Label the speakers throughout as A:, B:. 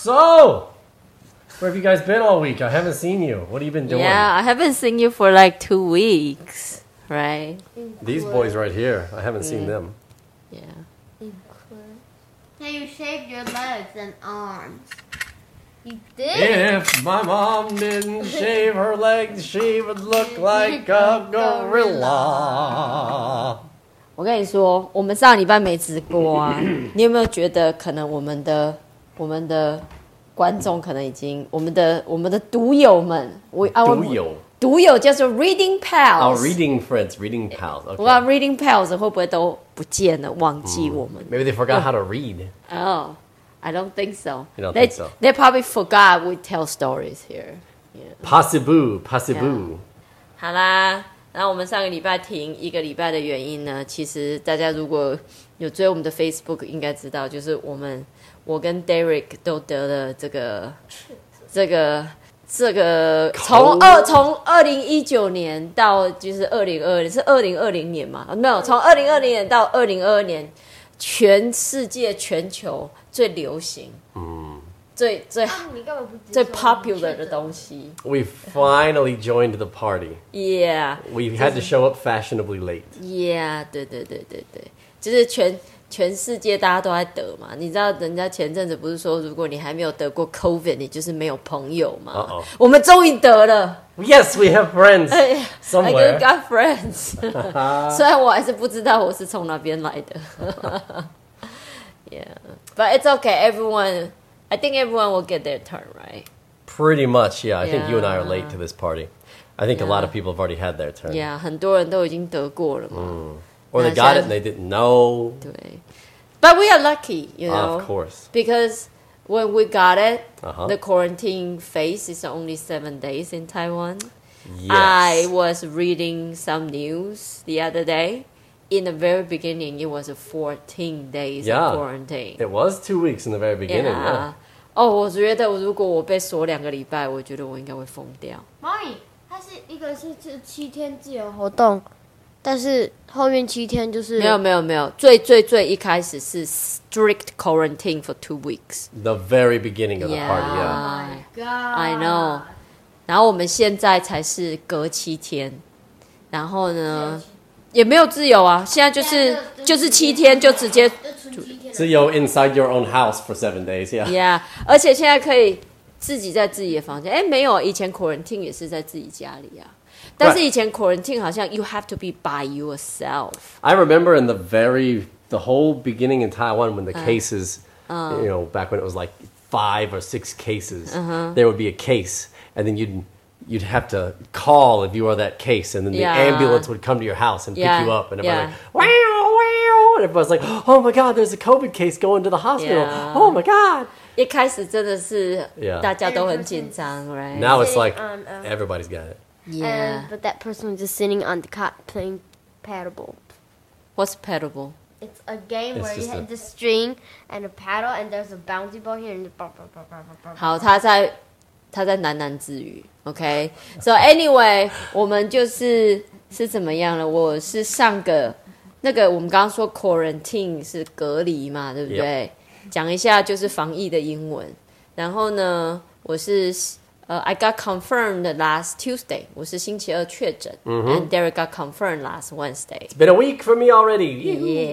A: So, where have you guys been all week? I haven't seen you. What have you been doing?
B: Yeah, I haven't seen you for like two weeks, right?
A: These boys right here, I haven't seen them.
B: Yeah.
C: So you shaved your legs and arms. You did?
A: If my mom didn't shave her legs, she would look like a gorilla.
B: 我跟你说，我们上礼拜没直 播啊，你有没有觉得可能我们的我们的观众可能已经我们的我们的读友们，我啊我
A: 读友
B: 读友叫做 reading
A: Our
B: pals，、
A: reading friends, reading pals.
B: 我不知道
A: Okay.
B: reading pals 会不会都不见了，忘记我们
A: 嗯 Maybe they forgot how to read.
B: 哦、i don't think so.
A: You don't
B: they
A: think so.
B: they probably forgot we tell stories here.
A: Pasibu, pasibu.
B: 好啦，然后我们上个礼拜停一个礼拜的原因呢，其实大家如果有追我们的 Facebook，应该知道，就是我们我跟 Derek 都得了这个这个这个从二从二零一九年到就是二零二是二零二零年嘛？啊没有，从二零二零年到二零二二年，全世界全球最流行，嗯，最最
C: 啊你干嘛不直
B: 最
C: 说
B: popular 的东西
A: We finally joined the party.
B: ，Yeah。
A: We had to show up fashionably late.
B: Yeah，对对对对对，就是全全世界大家都在得嘛。你知道人家前阵子不是说，如果你还没有得过 COVID，你就是没有朋友嘛。
A: Uh-oh
B: 我们终于得了
A: Yes, we have friends
B: 哎呀 I
A: somewhere.
B: got friends 。 虽然我还是不知道我是从哪边来的。Yeah，but it's okay. Everyone, I think everyone will get their turn, right?
A: Pretty much, yeah. I think you and I are
B: Yeah.
A: late to this party. I think a lot of
B: Yeah.
A: people have already had their turn.
B: Yeah，很多人都已经得过了
A: 嗯
B: 嘛。
A: Or they
B: Yeah,
A: got
B: so-
A: it and they didn't know.
B: 对，but we are lucky, you know.
A: Of course.
B: because when we got it,
A: Uh-huh.
B: the quarantine phase is only seven days in Taiwan. I
A: Yes.
B: was reading some news the other day. In the very beginning, it was a 14 days
A: Yeah.
B: of quarantine.
A: It was two weeks in the very beginning. Yeah.
B: 哦我觉得如果我被锁两个礼拜，我觉得我应该会疯掉。
C: 妈咪，它是一个是是七天自由活动，但是后面七天就是，Oh
B: 没有没有没有，最最最一开始是 strict quarantine for two weeks。
A: The very beginning of the party, yeah.
B: Yeah.
C: God,
B: I know。然后我们现在才是隔七天，然后呢，也没有自由啊。现在就是
C: 对
B: 就是七天就直接
C: 就存七天了
A: So you're inside your own house for seven days, yeah.
B: yeah，而且现在可以自己在自己的房间。哎，没有，以前 quarantine 也是在自己家里啊。但是以前 quarantine 好像 you have to be by yourself。
A: I remember in the very the whole beginning in Taiwan when the
B: Uh,
A: cases, you know, back when it was like five or six cases,
B: Uh-huh.
A: there would be a case, and then you'd you'd have to call if you are that case, and then the
B: Yeah.
A: ambulance would come to your house and
B: Yeah,
A: pick you up, and everybody's
B: yeah.
A: like, wow, wow, and everybody's like, oh my god, there's a COVID case going to the hospital,
B: Yeah.
A: oh my god.
B: 一开始真的是
A: Yeah
B: 大家都很紧张，right？Yeah，
A: Now it's
C: Sitting
A: like
B: um,
C: on a-
A: everybody's got it.
C: And but that person was just sitting on the cot playing paddleball.
B: what's paddleball？
C: It's a game
A: It's
C: where you
A: just
C: had
A: a-
C: the string and a paddle, and there's a bouncy ball here, and you bop, bop, bop, bop, bop, bop.
B: 好，他在他在喃喃自语。OK，so、anyway，我们就是是怎么样了？我是上个那个我们刚刚说 quarantine 是隔离嘛，对不对？讲一下就是防疫的英文。然后呢，我是呃、i got confirmed last Tuesday，我是星期二确诊、a
A: 嗯
B: n d Derek got confirmed last Wednesday。
A: Been a week for me already.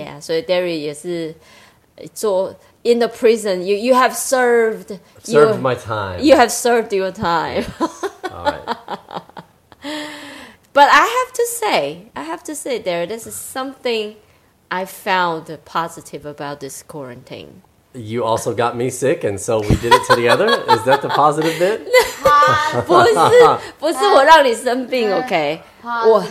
B: Yeah，所以 Derry 也是呃做 in the prison。You you have served your-
A: Served my time.
B: You have served your time.
A: All right.
B: But I have to say, I have to say, there, this is something I found positive about this quarantine.
A: You also got me sick, and so we did it together. Is that the positive bit?
B: 不是，不是我让你生病，OK？我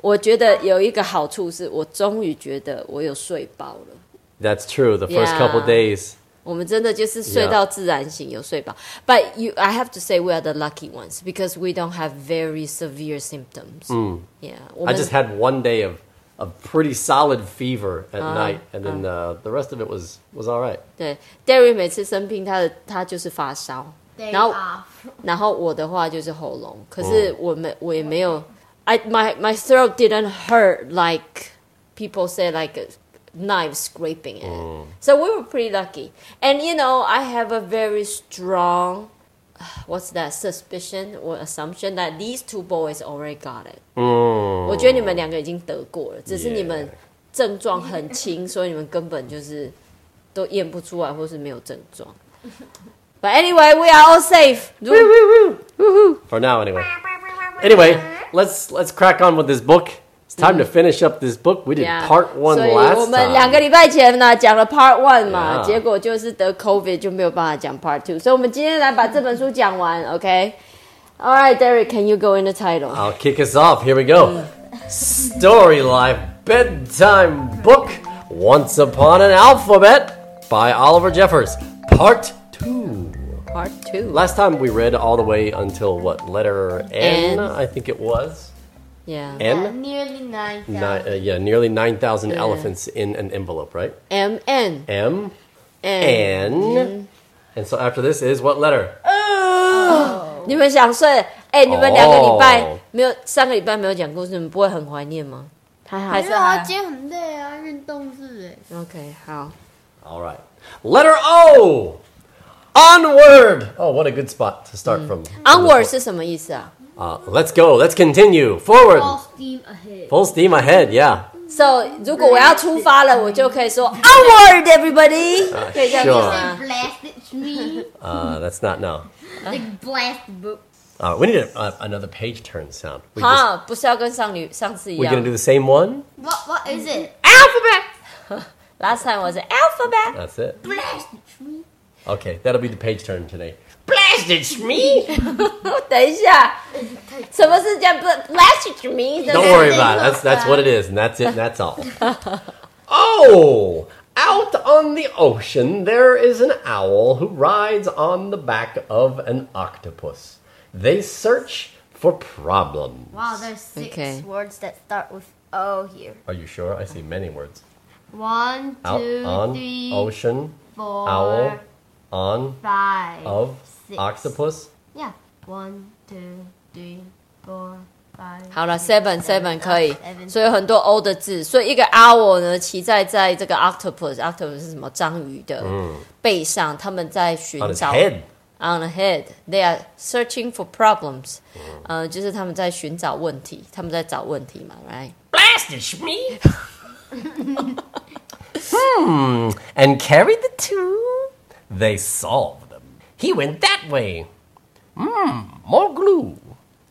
B: 我觉得有一个好处是，我终于觉得我有睡饱了。
A: That's true. The first couple
B: Yeah.
A: days.
B: 我们真的就是睡到自然醒，有睡饱。But you, I have to say, we are the lucky ones because we don't have very severe symptoms. 嗯，Yeah，我
A: Mm. I
B: 们
A: just had one day of, of pretty solid fever
B: Uh-huh.
A: at night, and then uh, the rest of it was, was all right.
B: 对 Derry 每次生病，他的他就是发烧，
C: Day
B: 然后
C: off.
B: 然后我的话就是喉咙，可是我没我也没有，I my my throat didn't hurt like people say like knife scraping it. So we were pretty lucky. And you know, I have a very strong what's that suspicion or assumption that these two boys already got it.
A: 嗯，
B: 我觉得你们两个已经得过了，只是
A: Yeah
B: 你们症状很轻，所以你们根本就是都验不出来，或是没有症状。But anyway, we are all safe. 如果
A: for now anyway. Anyway, let's let's crack on with this book. It's time to finish up this book. We did
B: Mm. Yeah.
A: part one
B: 所以
A: last
B: 我
A: time.
B: 们两个礼拜前呢讲了 Part One 嘛
A: Yeah.
B: 结果就是得 COVID 就没有办法讲 Part Two，所以我们今天来把这本书讲完，OK？All right, Derek, can you go in the title?
A: I'll kick us off. Here we go. Story Life Bedtime Book Once Upon an Alphabet by Oliver Jeffers, Part 2.
B: Part Two.
A: Last time we read all the way until what, letter N,
B: N.
A: I think it was?
B: Yeah.
A: N?
C: Nearly nine.
A: Ni- uh, yeah, nearly 9,000 elephants in an envelope, right?
B: M N
A: M,
B: N.
A: N. And so after this is what letter?
B: 你们想睡？哎，你们两个礼拜
A: 哦
B: 没有上个礼拜没有讲故事，你们不会很怀念吗？还好
C: 还是啊，今天很累啊，运动日哎。
B: OK，好。
A: All right. Letter O! Onward! Oh, what a good spot to start from.
B: Onward 是什么意思啊
A: Uh, let's go. Let's continue. Forward.
C: All steam ahead.
A: Full steam ahead. Yeah.
B: ？So 如果我要出发了，我就可以说 Onward everybody，可以这样子
A: 啊 sure
B: 吗
C: Blasted tree.
A: Uh, that's not now.
C: Like blasted books.
A: Uh, we need a, uh, another page turn sound. We
B: 好，不是要跟上女上次一
A: we're gonna
B: 样
A: do the same one.
C: What what is it?
B: Alphabet。Last time 我是 Alphabet。
A: That's it.
C: Blasted tree.
A: Okay, that'll be the page turn today.
B: 等一下，什么是叫不 Last to me？对不
A: Don't
B: 对
A: worry about it. That's that's what it is, and that's it. And that's all. oh, out on the ocean, there is an owl who rides on the back of an octopus. They search for problems.
C: Wow, there's six
B: Okay.
C: words that start with O here.
A: Are you sure? I see many words.
C: One,
A: Out
C: two,
A: on
C: three,
A: ocean.
C: four,
A: owl on
C: five,
A: of
C: six.
A: octopus.
C: Yeah. One, two, three, four, five.
B: 好了，seven seven 可以
C: Seven，
B: 所以有很多 O 的字，所以一个 owl 呢骑在在这个 octopus，octopus 是什么？章鱼的背上，他们在寻
A: 嗯 on his
B: 找
A: head.
B: on the head they are searching for problems，呃，
A: 嗯
B: 就是他们在寻找问题，他们在找问题嘛，right？
A: Hmm, And carried the two. They solved them. He went that way. Mmm, more glue.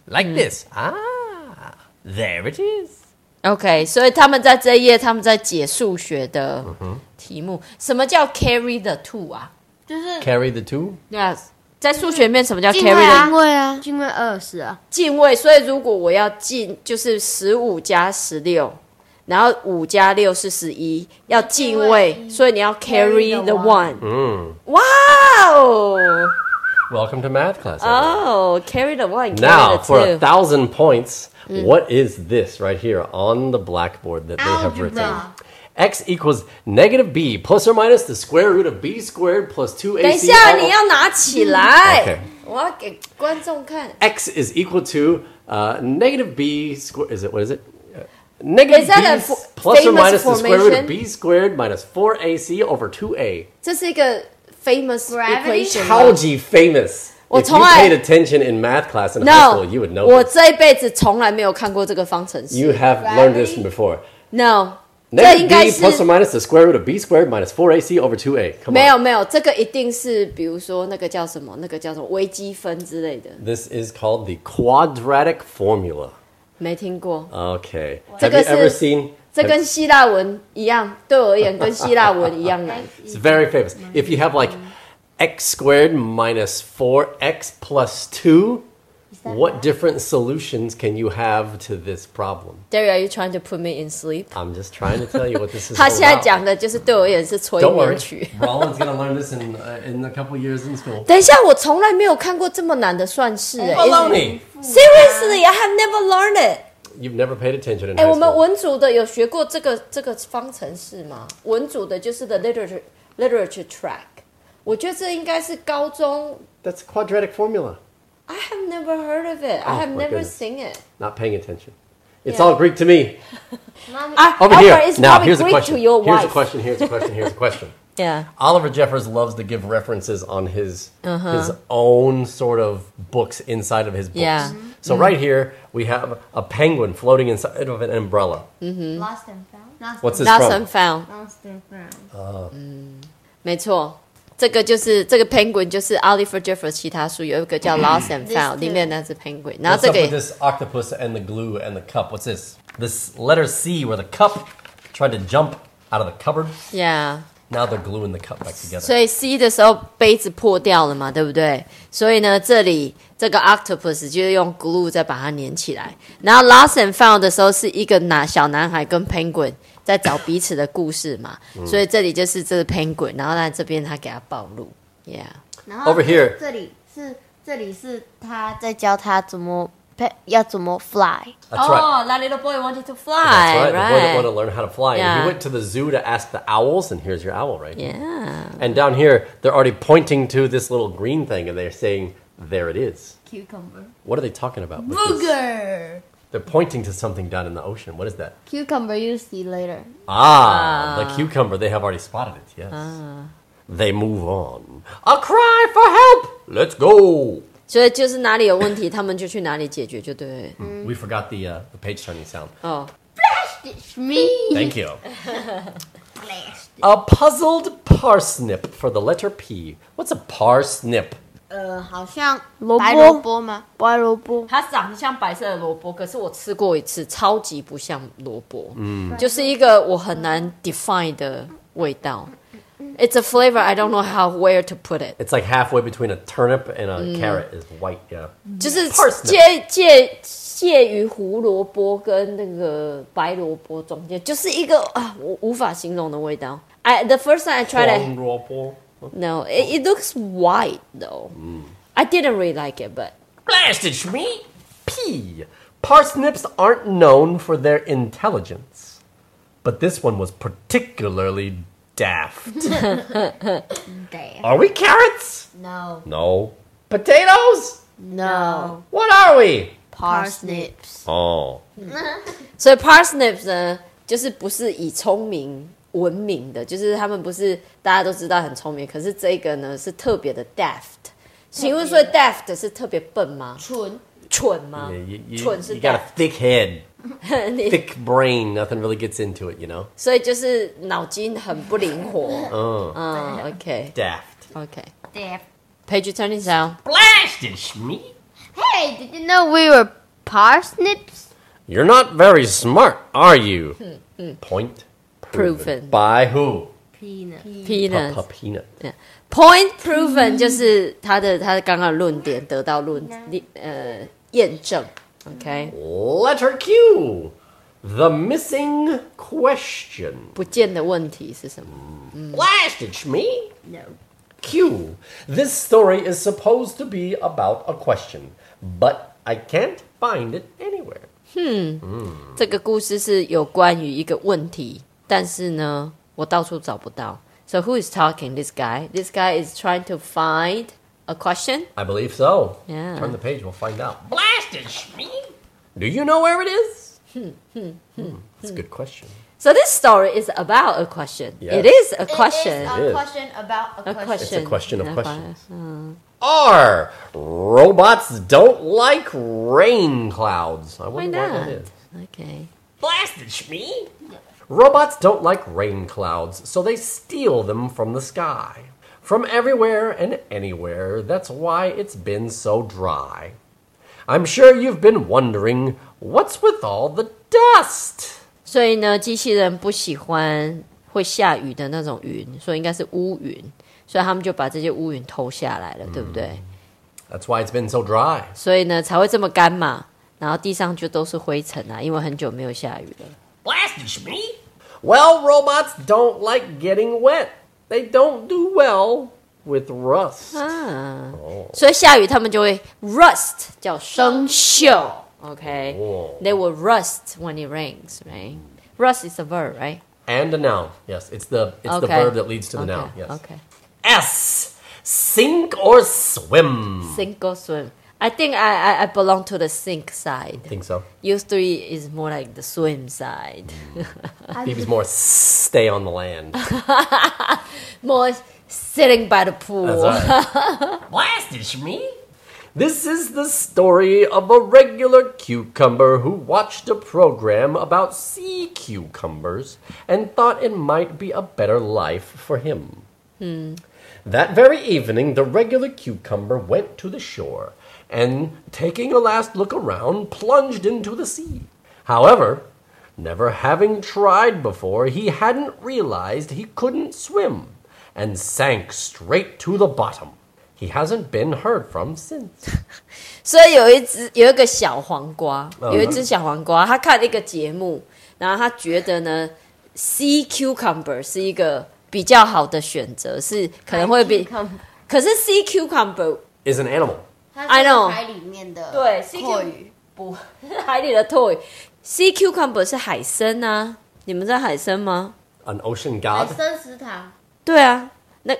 A: Like
C: Hmm.
A: this. Ah, there it is.
B: OK，所以他们在这一页，他们在解数学的
A: 嗯
B: 题目。什么叫 carry the two 啊？
C: 就是
A: Carry the two.
B: 对啊，在数学里面什么叫 carry
C: 进
B: the
C: 位
B: two？
C: 啊，进位啊，进位二十啊。
B: 进位，所以如果我要进，就是十五加十六，然后五加六是十一，要进
C: 进
B: 位，
C: 位
B: 所以你要 carry
C: carry
B: the
C: the
B: one
C: one。
A: Mm.
B: 哇哦，
A: Welcome to math class. everyone.
B: 哦，carry the
A: Now, for a
B: one，carry the two。Mm.
A: thousand points, what is this right here on the blackboard that they have written?
C: Algebra.
A: X equals negative b plus or minus the square root of b squared plus 2ac.
B: 等一下，你要拿起
A: OK
B: 来，我要给观众看。
A: x is equal to uh, negative b squared. Is it what is it? Uh, Negative
B: Is that
A: b
B: a
A: s-
B: fo-
A: plus or
B: famous
A: minus the square root
B: formation?
A: of b squared minus 4ac over 2a.
B: 这是一个 famous
C: Gravity?
B: equation 吗。
A: Taoji famous.
B: Well,
A: if you
B: Tong-
A: paid attention in math class in high
B: No，
A: school, you would know.
B: 我
A: this.
B: 这一辈子从来没有看过这个方程式。
A: You have learned this from
C: Gravity?
A: before.
B: No，这应
A: Negative
B: 该
A: b
B: 是
A: plus or minus the square root of b squared minus 4ac over 2a. Come
B: 没
A: on.
B: 有没有，这个一定是比如说那个叫什么，那个叫什么微积分之类的，
A: This is called the quadratic formula.
B: 没听过。
A: Okay.
B: So
A: Have you
B: this
A: ever
B: is-
A: seen?
B: 这跟希腊文一样，对我而言跟希腊文一样啊 难。
A: It's very famous. If you have like x squared minus 4x plus 2, what different solutions can you have to this problem?
B: Derry, are you trying to put me in sleep？
A: I'm just trying to tell you what this is
B: 他
A: all
B: 现在
A: about.
B: 讲的就是对我而言是催
A: Don't
B: 眠
A: worry.
B: 曲。
A: Roland's going to learn this in, uh, in a couple years in school.
B: 等一下，我从来没有看过这么难的算式、哎
A: Baloney!
B: Seriously, I have never learned it.
A: You've never paid attention in
B: 哎、
A: high
B: 我们
A: school.
B: 文组的有学过这个这个方程式吗？文组的就是 the literature literature track，我觉得这应该是高中
A: That's a quadratic formula.
B: I have never heard of it. I
A: Oh,
B: have
A: my
B: never
A: goodness.
B: seen it.
A: Not paying attention. It's
C: Yeah.
A: all Greek to me.
C: Mommy,
B: Ah,
A: Over
B: Albert
A: here.
B: is
A: Now,
B: probably
A: here's a
B: Greek
A: question.
B: to your
A: Here's a
B: wife.
A: question. Here's a question. Here's a question.
B: Yeah.
A: Oliver Jeffers loves to give references on his
B: Uh-huh.
A: his own sort of books inside of his books.
B: Yeah. Mm-hmm.
A: So right here we have a penguin floating inside of an umbrella.
C: lost and found. Lost
A: What's this
B: Lost
A: from?
B: and found，
C: Lost and found.
B: 没错，这个就是这个 penguin 就是 Oliver Jeffers 其他书有一个叫 Lost and
C: This
B: Found，
C: too
B: 里面那只 penguin，然后
A: What's
B: 这
A: up
B: 个
A: with
B: 也
A: this octopus and the glue and the cup? What's this? This letter C where the cup tried to jump out of the cupboard.
B: yeah。
A: Now they're gluing the cup back together.
B: 所以 C 的时候杯子破掉了嘛，对不对？所以呢，这里这个 octopus 就是用 glue 再把它粘起来。然后 lost and found 的时候是一个男小男孩跟 penguin 在找彼此的故事嘛，
A: 嗯
B: 所以这里就是这个 penguin，然后呢这边他给他暴露，yeah，
C: 然后
A: Uh, Over here.
C: 这里是这里是他在教他怎么配要怎么 fly。
A: That's right.
C: oh,
B: that little boy wanted to
A: That's right.
B: fly,
A: The boy that wanted to learn how to fly. And
B: Yeah.
A: he went to the zoo to ask the owls, and here's your owl right here.
B: yeah.
A: And down here, they're already pointing to this little green thing, and they're saying, "There it is."
C: Cucumber.
A: What are they talking about? with this?
C: Booger.
A: They're pointing to something down in the ocean. What is that?
C: Cucumber. You see later.
A: Ah, the cucumber. They have already spotted it. Yes. They move on. A cry for help. Let's go.
B: 所以就是哪里有问题，他们就去哪里解决，就对了。
A: We forgot the uh, the page turning sound.
B: 哦，
C: It's me.
A: Thank you. a puzzled parsnip for the letter P. What's a parsnip?
C: 呃，Uh, 好像
D: 萝卜
C: 白萝卜吗？
D: 白萝卜，
B: 它长得像白色的萝卜，可是我吃过一次，超级不像萝卜，嗯，就是一个我很难 define 的味道。It's a flavor I don't know how where to put it，、
A: It's like halfway between a turnip and a carrot. Is white. Yeah.
B: 就是介
A: Parsnip
B: 介介于胡萝卜跟那个白萝卜中间，就是一个啊，我无法形容的味道。I the first time I tried it。
A: Cornropo.
B: No, it, it looks white though. I didn't really like it, but
A: Blasted Shmee! P. Parsnips aren't known for their intelligence, but this one was particularly daft.
C: 对。
A: Are we carrots?
C: No.
A: No. Potatoes?
C: No.
A: What are we?
C: Parsnips.
A: Oh.
B: 所以 parsnips 呢，就是不是以聪明闻名的，就是他们不是大家都知道很聪明，可是这个呢是特别的 daft。请问说 daft 是特别笨吗？
C: 蠢。
B: 蠢吗
A: Yeah, you, you-
B: 蠢是
A: you got a
B: daft，
A: thick head,
B: 你
A: thick brain. Nothing really gets into it, you know?
B: 所以就是脑筋很不灵活。
A: Oh.
B: 嗯，OK
A: Uh, Daft.
B: OK。
C: Hey,
B: Page turning sound。
A: Blasted Shmee!
C: did you know we were parsnips?
A: You're not very smart, are you? Point
B: Hmm, Proven.
A: By who?
C: Peanut.
B: Peanut。
A: Papa Peanut.
B: Point proven 就是他的他的刚刚的论点得到论呃验证，OK，
A: Letter Q. The missing question.
B: 不见的问题是什么？
A: Blasted me.
C: No.
A: Q. This story is supposed to be about a question, but I can't find it anywhere.
B: 这个故事是有关于一个问题，但是呢，我到处找不到。So who is talking? This guy. This guy is trying to find a question.
A: I believe so.
B: Yeah.
A: Turn the page, we'll find out. Blasted me. Do you know where it is? Hmm, That's a good question.
B: So this story is about a question.
A: Yes.
B: It is a question.
A: It is.
C: question about
B: A question.
A: It's a question of
B: Yeah,
A: questions.
B: uh.
A: R. Robots don't like rain clouds. I
B: Why
A: wonder why
B: not?
A: that is.
B: Okay.
A: Blasted Shmee! Robots don't like rain clouds, so they steal them from the sky. From everywhere and anywhere, that's why it's been so dry. I'm sure you've been wondering what's with all the dust?
B: 所以呢，机器人不喜欢会下雨的那种云，所以应该是乌云，所以他们就把这些乌云偷下来了，对不对？
A: That's why it's been so dry.
B: 所以呢才会这么干嘛，然后地上就都是灰尘啊，因为很久没有下雨了。
A: Blasted Shmee! Well, robots don't like getting wet. They don't do well with rust.
B: 嗯，所以下雨他们就会 rust 叫生锈，OK？They、
A: 哦
B: will rust when it rains, right? Rust is a verb, right?
A: And a noun. Yes, it's the it's the
B: Okay.
A: verb that leads to the noun.
B: Okay,
A: Yes.
B: OK.
A: S. Sink or swim.
B: Sink or swim. I think I, I I belong to the sink side.
A: Think so?
B: You three is more like the swim side.
A: Phoebe's more stay on the land. That's
B: More sitting by the pool.
A: all right. Blasted me. This is the story of a regular cucumber who watched a program about sea cucumbers and thought it might be a better life for him. That very evening, the regular cucumber went to the shore and, taking a last look around, plunged into the sea. However, never having tried before, he hadn't realized he couldn't swim and sank straight to the bottom. He hasn't been heard from since.
B: 所以有一只有一个小黄瓜，
A: 嗯
B: 有一只小黄瓜，他看了一个节目，然后他觉得呢，sea cucumber 是一个比较好的选择，是可能会比，可是 sea cucumber
A: Is an animal.
C: 它
B: I know
C: 是海里面的
B: 对，sea
C: 阔鱼
B: cucumber 不 海里的 toy，sea cucumber 是海参啊，你们知道海参吗？
A: An ocean
C: 海
A: god.
C: 参食堂，
B: 对啊，那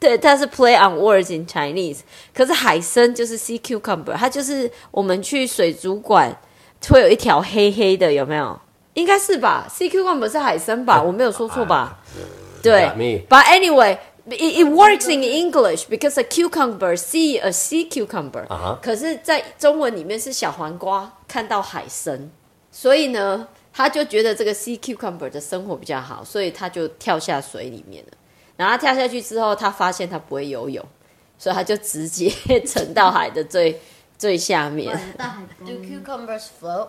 B: 对，它是 play on words in Chinese。可是海参就是 sea cucumber，它就是我们去水族馆会有一条黑黑的，有没有？应该是吧，sea cucumber 是海参吧？我没有说错吧？对
A: got me.
B: ，But anyway。It, it works in English because a cucumber see a sea cucumber，、
A: 啊哈
B: 可是，在中文里面是小黄瓜看到海参，所以呢，他就觉得这个 sea cucumber 的生活比较好，所以他就跳下水里面了。然后他跳下去之后，他发现他不会游泳，所以他就直接沉到海的最最下面。
C: 大海中。Do cucumbers float?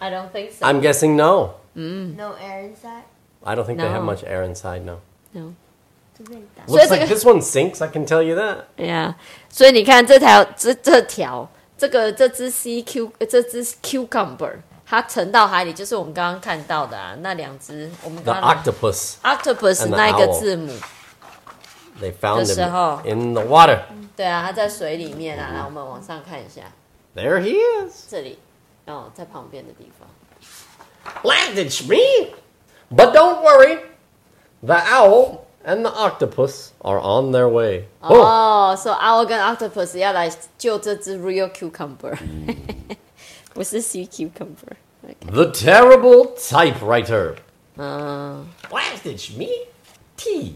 B: I don't think so.
A: I'm guessing no.
C: No air inside.
A: I don't think they have
B: No.
A: much air inside, no.
B: No.
C: 这边打。
A: Looks
B: it's like
A: like
B: a-
A: this one sinks, I can tell you that.
B: 对呀，所以你看这条这这条这个这只 CQ 呃这只 cucumber，它沉到海里，就是我们刚刚看到的啊，那两只我们
A: The
B: 刚刚
A: octopus,
B: octopus
A: and the
B: 那一个
A: owl
B: 字母，
A: they found
B: Just
A: him
B: a hole.
A: in the water.
B: 对啊，它在水里面啊，来我们往上看一下，
A: There he is.
B: 这里哦，在旁边的地方。
A: Landed me. But don't worry. The owl and the octopus are on their way.
B: 哦、s o owl 跟 octopus 要来救这只 real cucumber，不是 sea cucumber。
A: Oh, The terrible typewriter.
B: 嗯，
A: Blasted me. T.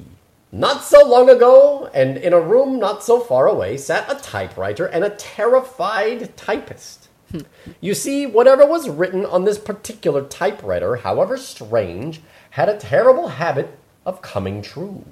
A: Not so long ago, and in a room not so far away, sat a typewriter and a terrified typist. you see, whatever was written on this particular typewriter, however strange, had a terrible habit of coming true.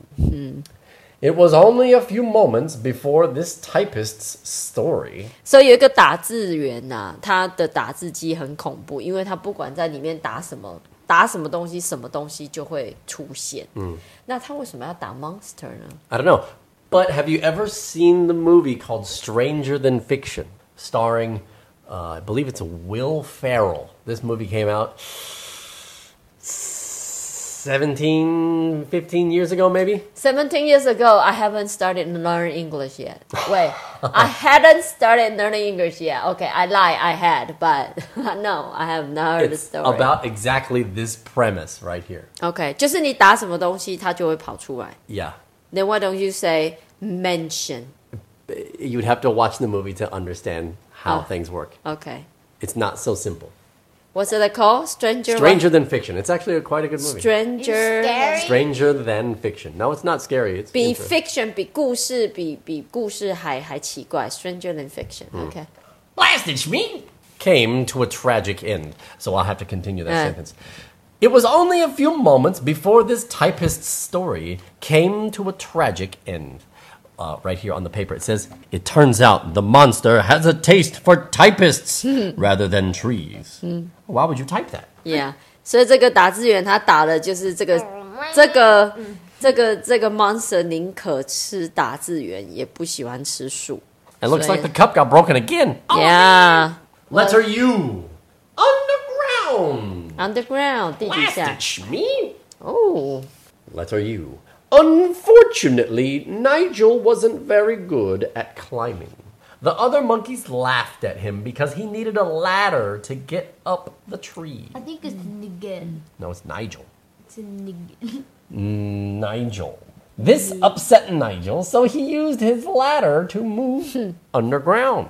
A: It was only a few moments before this typist's story.
B: 所以有一个打字员呐、他的打字机很恐怖，因为他不管在里面打什么，打什么东西，什么东西就会出现。嗯，那他为什么要打 monster 呢？
A: I don't know. But have you ever seen the movie called Stranger Than Fiction, starring, uh, I believe it's Will Ferrell? This movie came out 17, 15 years ago, maybe?
B: Seventeen years ago, I haven't started learning English yet. Wait, I hadn't started learning English yet. Okay, I lie, I had, but no, I have not heard the
A: It's
B: story.
A: about exactly this premise right here.
B: okay，就是你打什么东西，它就会跑出来。
A: Yeah.
B: Then why don't you say mention?
A: You'd have to watch the movie to understand how
B: Oh.
A: things work.
B: Okay,
A: It's not so simple.
B: what's it called? Stranger.
A: Stranger Than Fiction. It's actually a, quite a good movie.
B: Stranger.
C: It's scary.
A: Stranger Than Fiction. No, it's not scary. It's
B: 比
A: interesting.
B: fiction 比故事比比故事还还奇怪，Stranger than fiction、OK，
A: 嗯 blasted me came to a tragic end. So I'll have to continue that
B: Uh.
A: sentence. It was only a few moments before this typist's story came to a tragic end. Uh, right here on the paper, it says, It turns out the monster has a taste for typists rather than trees. Why would you type that?
B: yeah，所以这个打字员他打的就是这个这个
C: 嗯
B: 这个这个 monster 宁可吃打字员，也不喜欢吃树。
A: It looks
B: So-
A: like the cup got broken again.
B: Yeah,
A: Letter U. Underground.
B: underground 地底下
A: Blasted me.
B: 哦，
A: Letter U. Unfortunately, Nigel wasn't very good at climbing. The other monkeys laughed at him because he needed a ladder to get up the tree.
C: I think it's Nigel.
A: No, it's Nigel.
C: It's Nigel.
A: Nigel. This upset Nigel, so he used his ladder to move underground.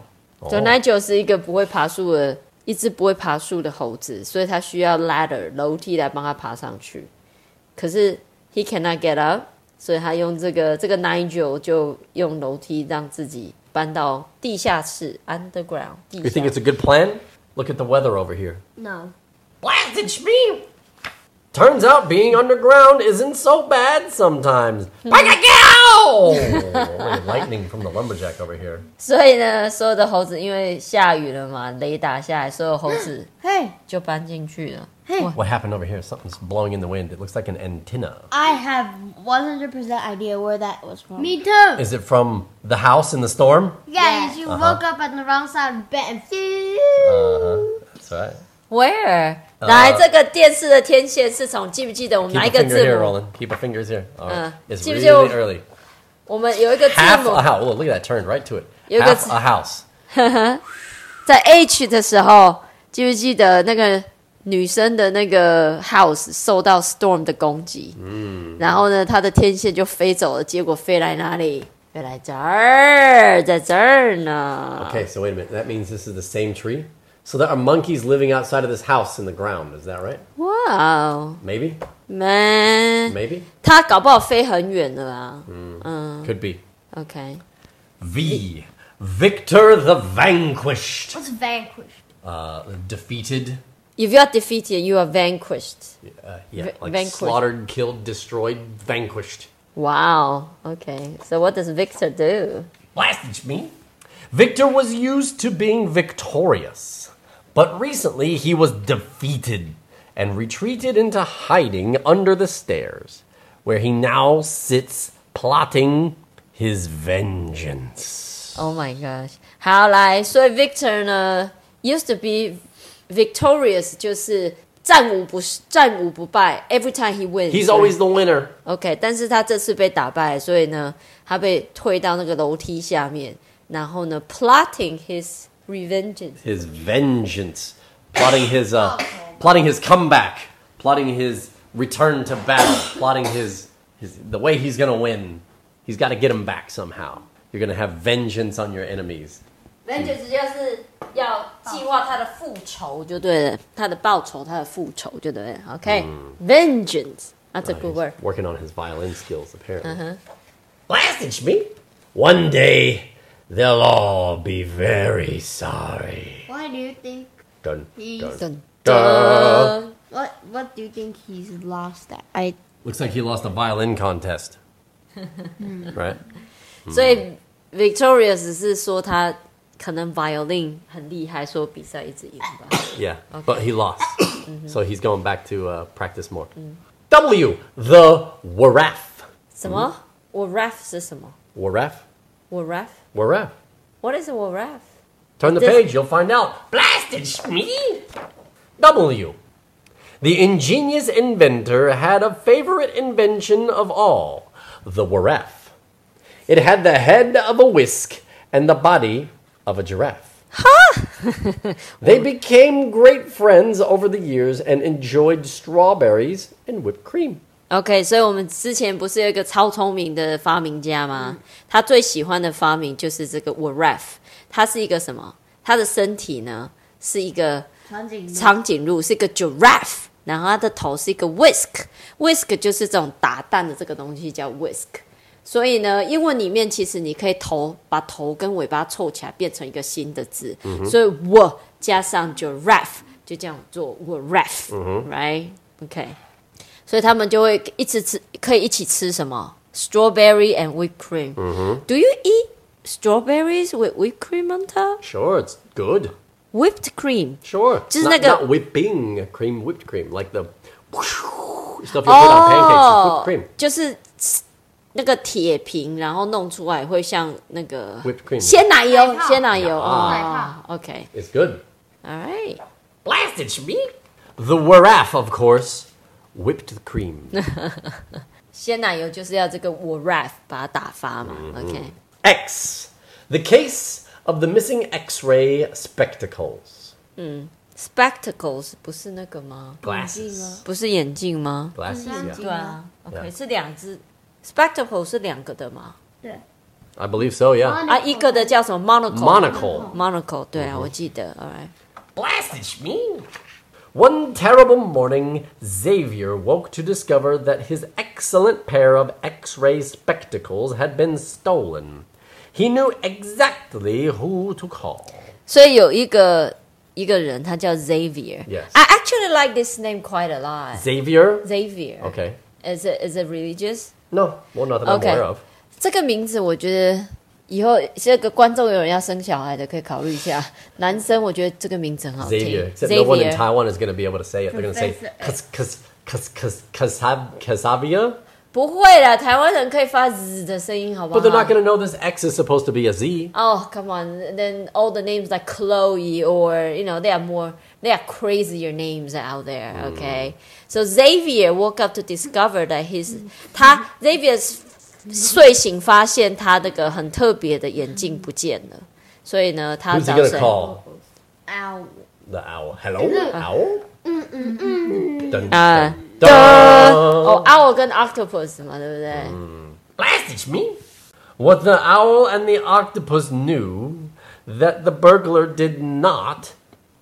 B: 就 Nigel 是一个不会爬树的，一只不会爬树的猴子，所以他需要 ladder 楼梯来帮他爬上去。可是 he cannot get up，所以他用这个这个 Nigel 就用楼梯让自己搬到地下室 underground 地
A: Oh. You think
B: 下
A: it's a good plan? Look at the weather over here.
C: No.
A: Blasted Shmeem! Turns out being underground isn't so bad sometimes. Bang-a-gow! Oh, Lightning from the lumberjack over here.
B: 所以呢，所有的猴子因为下雨了嘛，雷打下来，所有猴子
C: Hey,
B: 就搬进去了。
C: hey,
A: What happened over here? Something's blowing in the wind. It looks like an antenna.
D: I have 100% idea where that was from.
C: me too.
A: Is it from the house in the storm?
C: Yeah,
A: Uh-huh.
C: you woke up on the wrong side of the bed and phew.
A: Uh-huh. That's right.
B: Where？来，这个电视的天线是从记不记得我们
A: 呃 Keep a
B: 哪一个
A: finger
B: 字
A: here,
B: 母？
A: Roland. Keep a fingers here. All right.
B: Uh,
A: it's
B: see,
A: really
B: so-
A: early.
B: 我们有一个字
A: Half
B: 母
A: a house. Oh, look at that. Turned right to it.
B: You
A: Half
B: could-
A: a house.
B: 在 H 的时候，记不记得那个女生的那个 house 受到 storm 的攻击？嗯，然后呢，她的天线就飞走了，结果飞来哪里？飞来这儿，在这儿呢。
A: Okay, so wait a minute. That means this is the same tree? So there are monkeys living outside of this house in the ground. Is that right?
B: 哇哦
A: Maybe?
B: ，man，
A: Maybe?
B: 她搞不好飞很远了啊。
A: Could be.
B: OK，
A: V. Victor the Vanquished.
C: What's vanquished?
A: Uh, defeated.
B: If you are defeated, you are vanquished.
A: Uh, yeah,
B: Va-
A: like
B: vanquished.
A: slaughtered, killed, destroyed, vanquished.
B: Wow. Okay. So what does Victor do?
A: Blasted me. Victor was used to being victorious, but recently he was defeated and retreated into hiding under the stairs, where he now sits plotting his vengeance.
B: Oh my gosh. 好，来，所以 Victor 呢，used to be victorious，就是战无不战无不败，every time he wins。
A: He's always the winner.
B: OK，但是他这次被打败，所以呢，他被推到那个楼梯下面，然后呢，plotting his revenge。
A: His vengeance, plotting his uh, plotting his comeback, plotting his return to battle, plotting his, his the way he's gonna win. He's got to get him back somehow. You're gonna have vengeance on your enemies.
B: Vengeance 就是要计划他的复仇，就对了，他的报仇，他的复仇，就对了。OK，vengeance，that's a
A: He's
B: good word。
A: Working on his violin skills, apparently. Blasted me! One day, they'll all be very sorry.
C: Why do you think?
A: Dun,
C: He's-
A: dun, dun.
B: 噔。
C: What What do you think he's lost at? I
A: Looks like he lost a violin contest. right?
B: 所以 Victorious 是说他可能 violin 很厉害，说比赛一直赢吧。
A: Yeah. But he lost. So he's going back to uh, practice more. W, the Waraf.
B: 什么、w a r a f 是什么
A: Waraf?
B: w a r a f
A: Waraf.
B: w h a t is a w a r a f
A: Turn the
B: This-
A: page, you'll find out. Blasted me! W. The ingenious inventor had a favorite invention of all the waraff. It had the head of a whisk and the body of a giraffe. they became great friends over the years and enjoyed strawberries and whipped cream.
B: OK，所以我们之前不是有一个超聪明的发明家吗？
C: 嗯
B: 他最喜欢的发明就是这个 w a r a f 它是一个什么？它的身体呢是一个
C: 长颈鹿
B: 长颈鹿是一个 giraffe，然后它的头是一个 whisk，whisk 就是这种打蛋的这个东西叫 whisk。所以呢，英文里面其实你可以头把头跟尾巴凑起来变成一个新的字，所以我加上 giraffe 就这样做 giraffe，right？OK，、所以他们就会一直吃，可以一起吃什么 strawberry and whipped cream。Do
A: 嗯
B: you eat strawberries with whipped cream on top?
A: Sure, it's good.
B: Whipped cream.
A: Sure.
B: Just
A: not,
B: like a-
A: not whipping cream, whipped cream, like the stuff you put on pancakes, it's
B: Oh.
A: whipped cream.
B: 哦就是那个铁瓶，然后弄出来会像那个
A: Whipped cream
B: 鲜奶油
C: 奶，泡
B: 鲜奶油
C: 奶
B: 啊
C: 泡。
B: OK，All
A: It's good.
B: right，
A: Blasted me! The waraff, of course, whipped the cream.
B: 鲜奶油就是要这个 w a r a f 把它打发嘛。OK，
A: 嗯 X. The case of the missing X ray spectacles.
B: spectacles 不是那个吗？
A: Glasses.
B: 不是眼镜吗？
A: Glasses, yeah.
B: 对啊。OK，
A: Yeah
B: 是两只 spectacle 是两个的嘛？
A: Uh.
D: 对
A: I believe so. Yeah.
B: 啊，一个的叫什么
A: Monocle. 嗯
B: monocle？monocle，对啊，我记得，all right。
A: Blasted me. One terrible morning, Xavier woke to discover that his excellent pair of x ray spectacles had been stolen. He knew exactly who to call.
B: 所以有一个一个人，他叫 Xavier。
A: Yes.
B: I actually like this name quite a lot.
A: Xavier?
B: Xavier.
A: Okay.
B: Is it is it religious?
A: No, well, not that I'm
B: Okay.
A: aware of.
B: 这个名字我觉得以后这个观众有人要生小孩的可以考虑 一下。男生我觉得这个名字很好听。
A: Xavier. Except no one in
B: Xavier
A: Taiwan is going to be able to say it. They're going to say Kas- Kas- Kas- Kas- Kasab- Kasavia?
B: 不会啦，台湾人可以发 z 的声音，好不
A: But they're
B: 好
A: not？going to know this X is supposed to be a Z.
B: Oh, come on. Then all the names like Chloe or, you know, they are more, they are crazier names out there,
A: Mm.
B: okay? So Xavier woke up to discover that his, 他 Xavier 睡醒发现他那个很特别的眼镜不见了，所以呢，他
A: Who's he
B: 找
A: going to
B: 谁？
A: call?
D: Ow.
A: The owl. Hello? Owl? Dun,
B: 啊
A: dun, dun.
B: 哦，owl 跟 octopus 嘛，对不对？
A: Mm. Blasted me! What the owl and the octopus knew that the burglar did not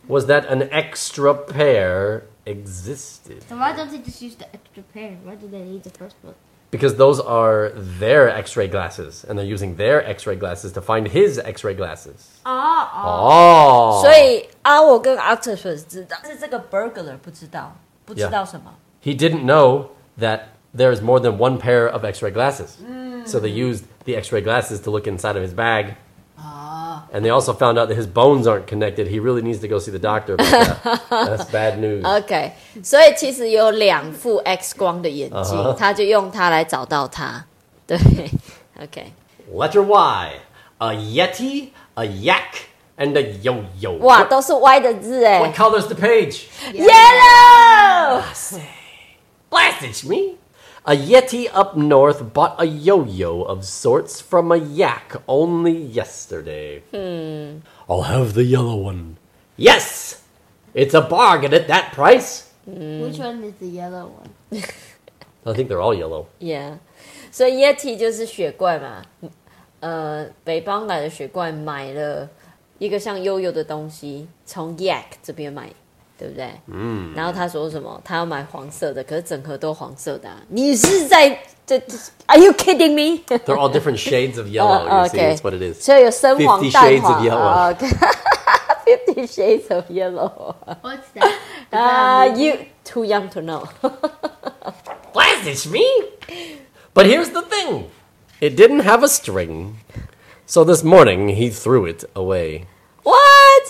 A: was that an extra pair existed.
D: So why don't they just use the extra pair? Why do they need the first one?
A: Because those are their x ray glasses, and they're using their x ray glasses to find his x ray glasses.
D: Oh,
A: Oh.
B: 所以 owl 跟 octopus 知道，但是这个 burglar 不知道，不知
A: Yeah
B: 道什么。
A: He didn't know that there's more than one pair of x ray glasses. So they used the x ray glasses to look inside of his bag. And they also found out that his bones aren't connected. He really needs to go see the doctor about that. That's bad news.
B: OK，所以其实有两副 X 光的眼镜
A: 啊哈
B: 他就用它来找到它。 对，OK，
A: Letter Y a yeti, a yak, and a yo yo.
B: 哇，
A: What,
B: 都是 Y 的字哎
A: what color's the page?
B: ，Yellow。
A: Blasted me! A yeti up north bought a yo yo of sorts from a yak only yesterday. Hmm. I'll have the yellow one. Yes! It's a bargain at that price!
D: which one is the yellow one?
A: I think they're all yellow.
B: Yeah，所以 Yeti 就是雪怪嘛，呃，北方来的雪怪买了一个像悠悠的东西，从 Yak 这边买，对不对？嗯。然后他说什么？他要买黄色的，可是整盒都黄色的、啊。你是在这这？Are you kidding me？
A: They're all different shades of yellow,
B: Uh,
A: you see,
B: okay.
A: that's what it is.
B: 所以有深黄、
A: 50
B: 淡
A: shades of
B: 黄。
A: yellow.
B: Uh, Fifty Shades of Yellow。
D: What's that? Ah.
B: 啊、y o u too young to know
A: Blasted me! But here's the thing it didn't have a string, so this morning he threw it away.
B: what？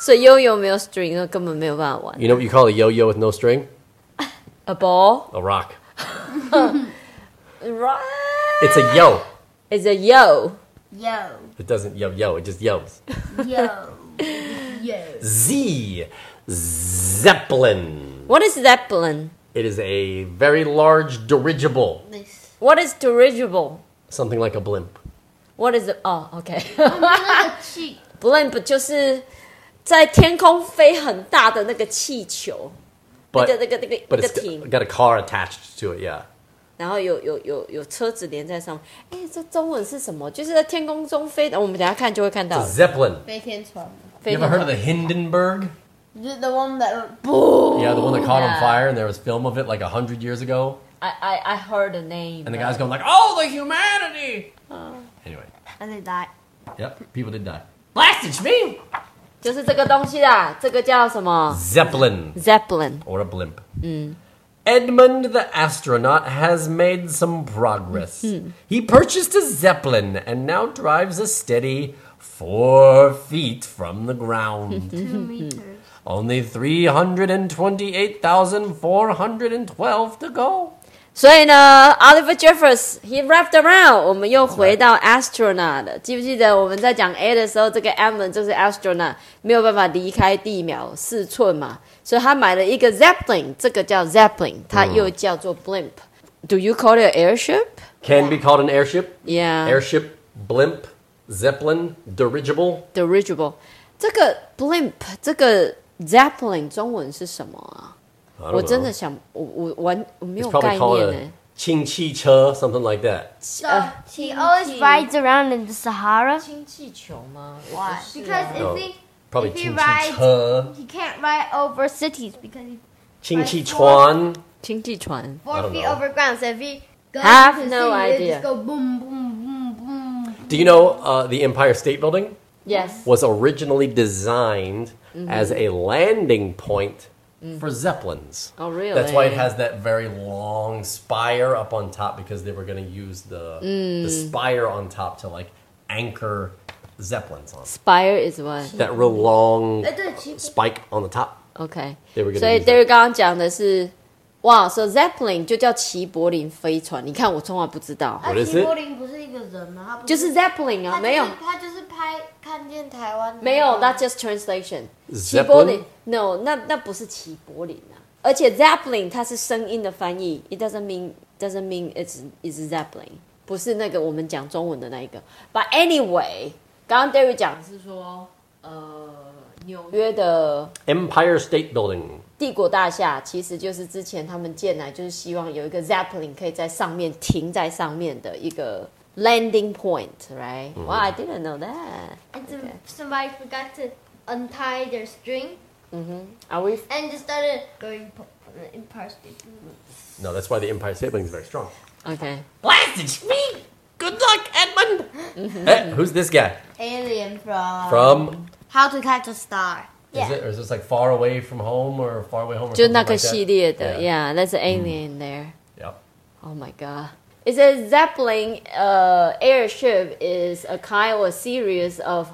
B: 所以悠悠没有 string，那根本没有办法玩。
A: You know what you call a yo yo with no string?
B: A ball,
A: A rock.
B: right?
A: It's a yo.
B: It's a yo.
D: Yo,
A: It doesn't yo yo, it just yells.
D: yo, yo.
A: Z. Zeppelin.
B: What is zeppelin?
A: It is a very large dirigible,
D: This.
B: What is dirigible?
A: something like a blimp.
B: What is it? Oh, 哦、o k
D: Another cheek.
B: Blimp 就是在天空飞很大的那个气球，那
A: But,
B: 个那个那个那
A: but
B: 个
A: it's
B: 艇
A: got, got a car attached to it, yeah.
B: 然后有有有有车子连在上面。哎，这中文是什么？就是在天空中飞的。我们等一下看就会看到
A: It's a。zeppelin.
D: 飞天船.
A: You ever heard of the Hindenburg?
D: Is it the one that went
A: Yeah, the one that caught
B: yeah.
A: on fire, and there was film of it like a hundred years ago,
B: I I I heard the name.
A: and the guy's going like, "Oh, the humanity!" Anyway,
D: and they died?
A: yep, people did die. Blasted me.
B: 就是这个东西啦，这个叫什么
A: Zeppelin.
B: ？Zeppelin。
A: or a blimp. Edmund the astronaut has made some progress. He purchased a zeppelin and now drives a steady four feet from the ground.
D: Two meters.
A: Only 328,412 to go.
B: 所以呢，Oliver Jeffers he wrapped around，我们又回到 astronaut，记不记得我们在讲 A 的时候，这个 M 就是 astronaut，没有办法离开地表四寸嘛，所以他买了一个 zeppelin，这个叫 zeppelin，它又
A: 嗯
B: 叫做 blimp。Do you call it airship?
A: Can be called an airship.
C: Uh.
B: Yeah.
A: Airship, blimp, zeppelin, dirigible.
B: dirigible。这个 blimp，这个 zeppelin 中文是什么啊？
A: I don't
B: 我真
A: know.
B: 的想，我我完我没有
A: It's
B: 概
A: probably
B: 念
A: called
B: 呢、
A: a 亲戚车 something like that.
C: So
D: Uh,
C: he always rides around in the Sahara
B: 氢气球吗
D: Why？
C: because
A: No.
C: if he
A: Probably 亲
C: If he
A: 戚
C: rides-
A: 车、
C: he can't ride over cities because he's
A: 亲戚船。
B: 氢气船
A: I
C: four
A: don't
C: feet
A: know.
C: over ground. So if he goes
B: Have
C: into the
B: no
C: city, they
B: idea.
C: Just go boom, boom, boom, boom.
A: Do you know uh, the Empire State Building
B: ？Yes，
A: was originally designed
B: Mm-hmm.
A: as a landing point for zeppelins?
B: Mm. Oh, really?
A: That's why it has that very long spire up on top because they were going to use the the
B: Mm.
A: spire on top to like anchor zeppelins on.
B: Spire is one。
A: That real long
C: 哎，对，其实-
A: spike on the top.
B: OK，
A: They were gonna
B: 所以
A: use that.
B: Derek 刚刚讲的是，哇，所以 Zeppelin 就叫齐柏林飞船。你看我从来不知道，
C: 呃
A: What
C: Ah,
A: is it?
D: 林不是一个人吗？他不
B: 就是 Zeppelin 啊，没有
D: 他就是拍看见台湾的
B: 没有，That just translation。齐
A: Zeppelin？
B: 柏林，No，那那不是齐柏林啊。而且 Zeppelin 它是声音的翻译，It doesn't mean doesn't mean it's is Zeppelin，不是那个我们讲中文的那一个。But anyway，刚刚 Derek 讲是说，呃，纽约的
A: Empire State Building.
B: 帝国大厦其实就是之前他们建来，就是希望有一个 Zeppelin 可以在上面停在上面的一个 landing point，right？、哇 I didn't know that.
C: And so somebody forgot to untie their string
B: 嗯哼，Are we
C: and just started going po- in parts.
A: No, that's why the Empire State Building is very strong.
B: okay?
A: Blasted me. Good luck, Edmund. Eh, who's this guy
D: Alien
B: Um,
D: from
A: from?
D: How to Catch a Star。
A: Is it or is this like far away from home or far away home? Or
B: 就
A: something
B: 那个
A: like
B: 系列
A: that?
B: 的 yeah.，That's an
A: Mm.
B: alien in there.
A: Yep.
B: Oh my god. It says Zeppelin uh, airship is a kind or series of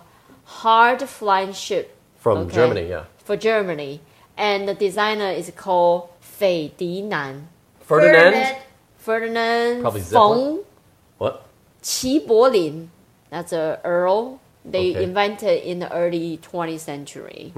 B: hard flying ship
A: From
B: Okay.
A: Germany, yeah.
B: for Germany, and the designer is called 斐迪南
A: Ferdinand.
B: Ferdinand
A: Probably Zeppelin.
B: 冯
A: What?
B: 齐柏林，That's a earl
A: Okay.
B: they
A: Hmm.
B: invented in the early 20th century.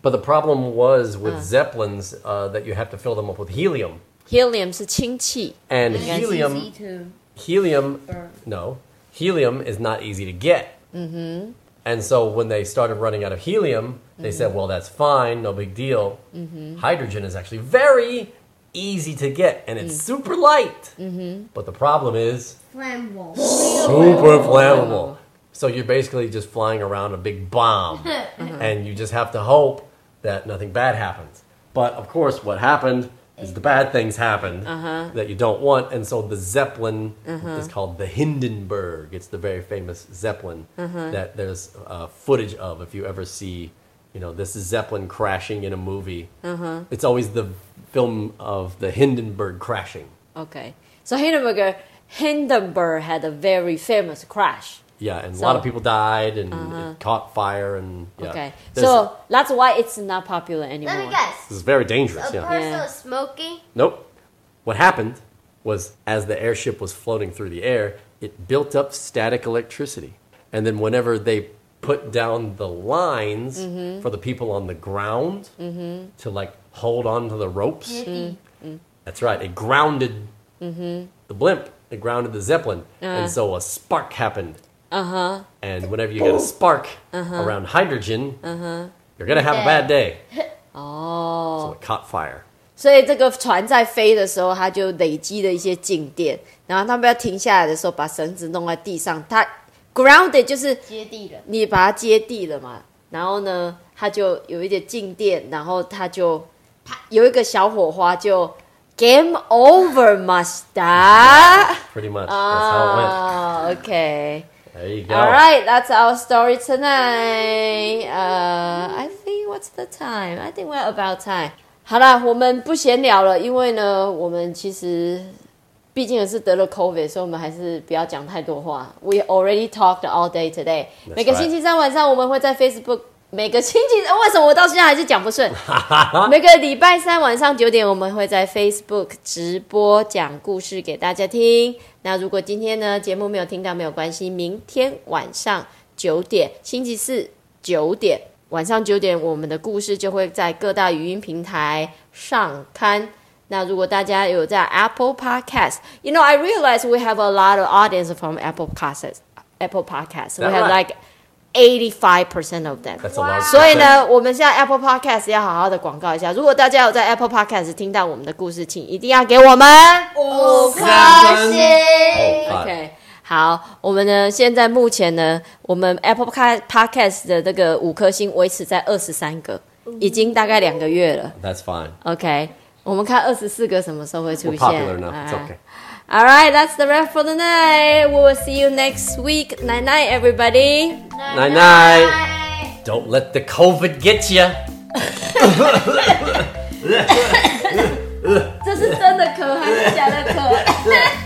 A: But the problem was with zeppelins uh, that you have to fill them up with helium,
B: Helium 是氢气
A: and
B: guess it's
A: helium,
D: to
A: helium, no, helium is not easy to get. Mm-hmm. And so when they started running out of helium, they said, "Well, that's fine, no big deal." Mm-hmm. Hydrogen is actually very easy to get, and it's super light. Mm. Mm-hmm. But the problem is
D: Flammable。
A: super flammable. So you're basically just flying around a big bomb,
B: Mm-hmm.
A: and you just have to hope that nothing bad happens. But of course, what happened is the bad things happened
B: Uh-huh.
A: that you don't want, and so the zeppelin
B: Mm-hmm.
A: is called the Hindenburg. It's the very famous zeppelin
B: Mm-hmm.
A: that there's uh, footage of. If you ever see, you know, this zeppelin crashing in a movie,
B: Mm-hmm.
A: it's always the film of the Hindenburg crashing.
B: Okay, so Hindenburg Hindenburg had a very famous crash.
A: Yeah, and a lot of
B: So- Uh-huh.
A: people died, and it caught fire, and yeah.
B: Okay,
A: There's-
B: so that's why it's not popular anymore.
C: Let me guess.
A: this is very dangerous.
C: A
A: Yeah.
C: person
B: Yeah.
C: was smoking.
A: Nope. What happened was, as the airship was floating through the air, it built up static electricity, and then whenever they put down the lines
B: Mm-hmm.
A: for the people on the ground to like hold on to the ropes,
B: Mm-hmm.
A: that's right, it grounded the blimp. It grounded the zeppelin,
B: Uh-huh.
A: and so a spark happened.
B: Uh huh.
A: And whenever you get a spark
B: Uh-huh.
A: around hydrogen, you're going to have a bad day. So
B: 哦，
A: it caught fire.
B: 所以这个船在飞的时候，它就累积了一些静电，然后他们要停下来的时候，把绳子弄在地上，它 grounded 就是
D: 接地人。
B: 你把它接地了嘛，然后呢，它就有一点静电，然后它就它有一个小火花就 game over must die。
A: Pretty much.
B: 啊
A: That's how
B: o
A: it
B: k
A: went. There you go.
B: Uh, All right, that's our story tonight. Uh, I think what's the time? I think we're about time. 好啦，我们不闲聊了，因为呢，我们其实毕竟也是得了 COVID，所以我们还是不要讲太多话。We already talked all day today.
A: That's
B: 每个星期三晚上我们会在 Facebook。每个星期，为什么我到现在还是讲不顺？每个礼拜三晚上九点，我们会在 Facebook 直播讲故事给大家听。那如果今天呢节目没有听到没有关系，明天晚上九点，星期四九点晚上九点，我们的故事就会在各大语音平台上刊。那如果大家有在 Apple Podcast，you know I realize we have a lot of audience from Apple Podcasts。Apple Podcasts，we
A: That
B: have
A: right.
B: like eighty five percent of them。
A: That's a lot. of
B: 所以
A: percent.
B: 呢，我们现在 Apple Podcast 要好好的广告一下。如果大家有在 Apple Podcast 听到我们的故事，请一定要给我们。
C: Oh,
D: 五
A: 三分
D: 颗星。
A: Oh, fuck.
B: OK，好，我们呢现在目前呢，我们 Apple Podcast- Podcast 的这个五颗星维持在二十三个，已经大概两个月了。
A: That's fine.
B: OK，我们看二十四个什么时候会出
A: We're
B: 现。
A: popular enough.
B: 哎
A: It's okay.
B: All right, that's the wrap for the night. We will see you next week. Night night, everybody.
A: Night night. Don't let the COVID get you.
B: 这是真的咳还是假的咳？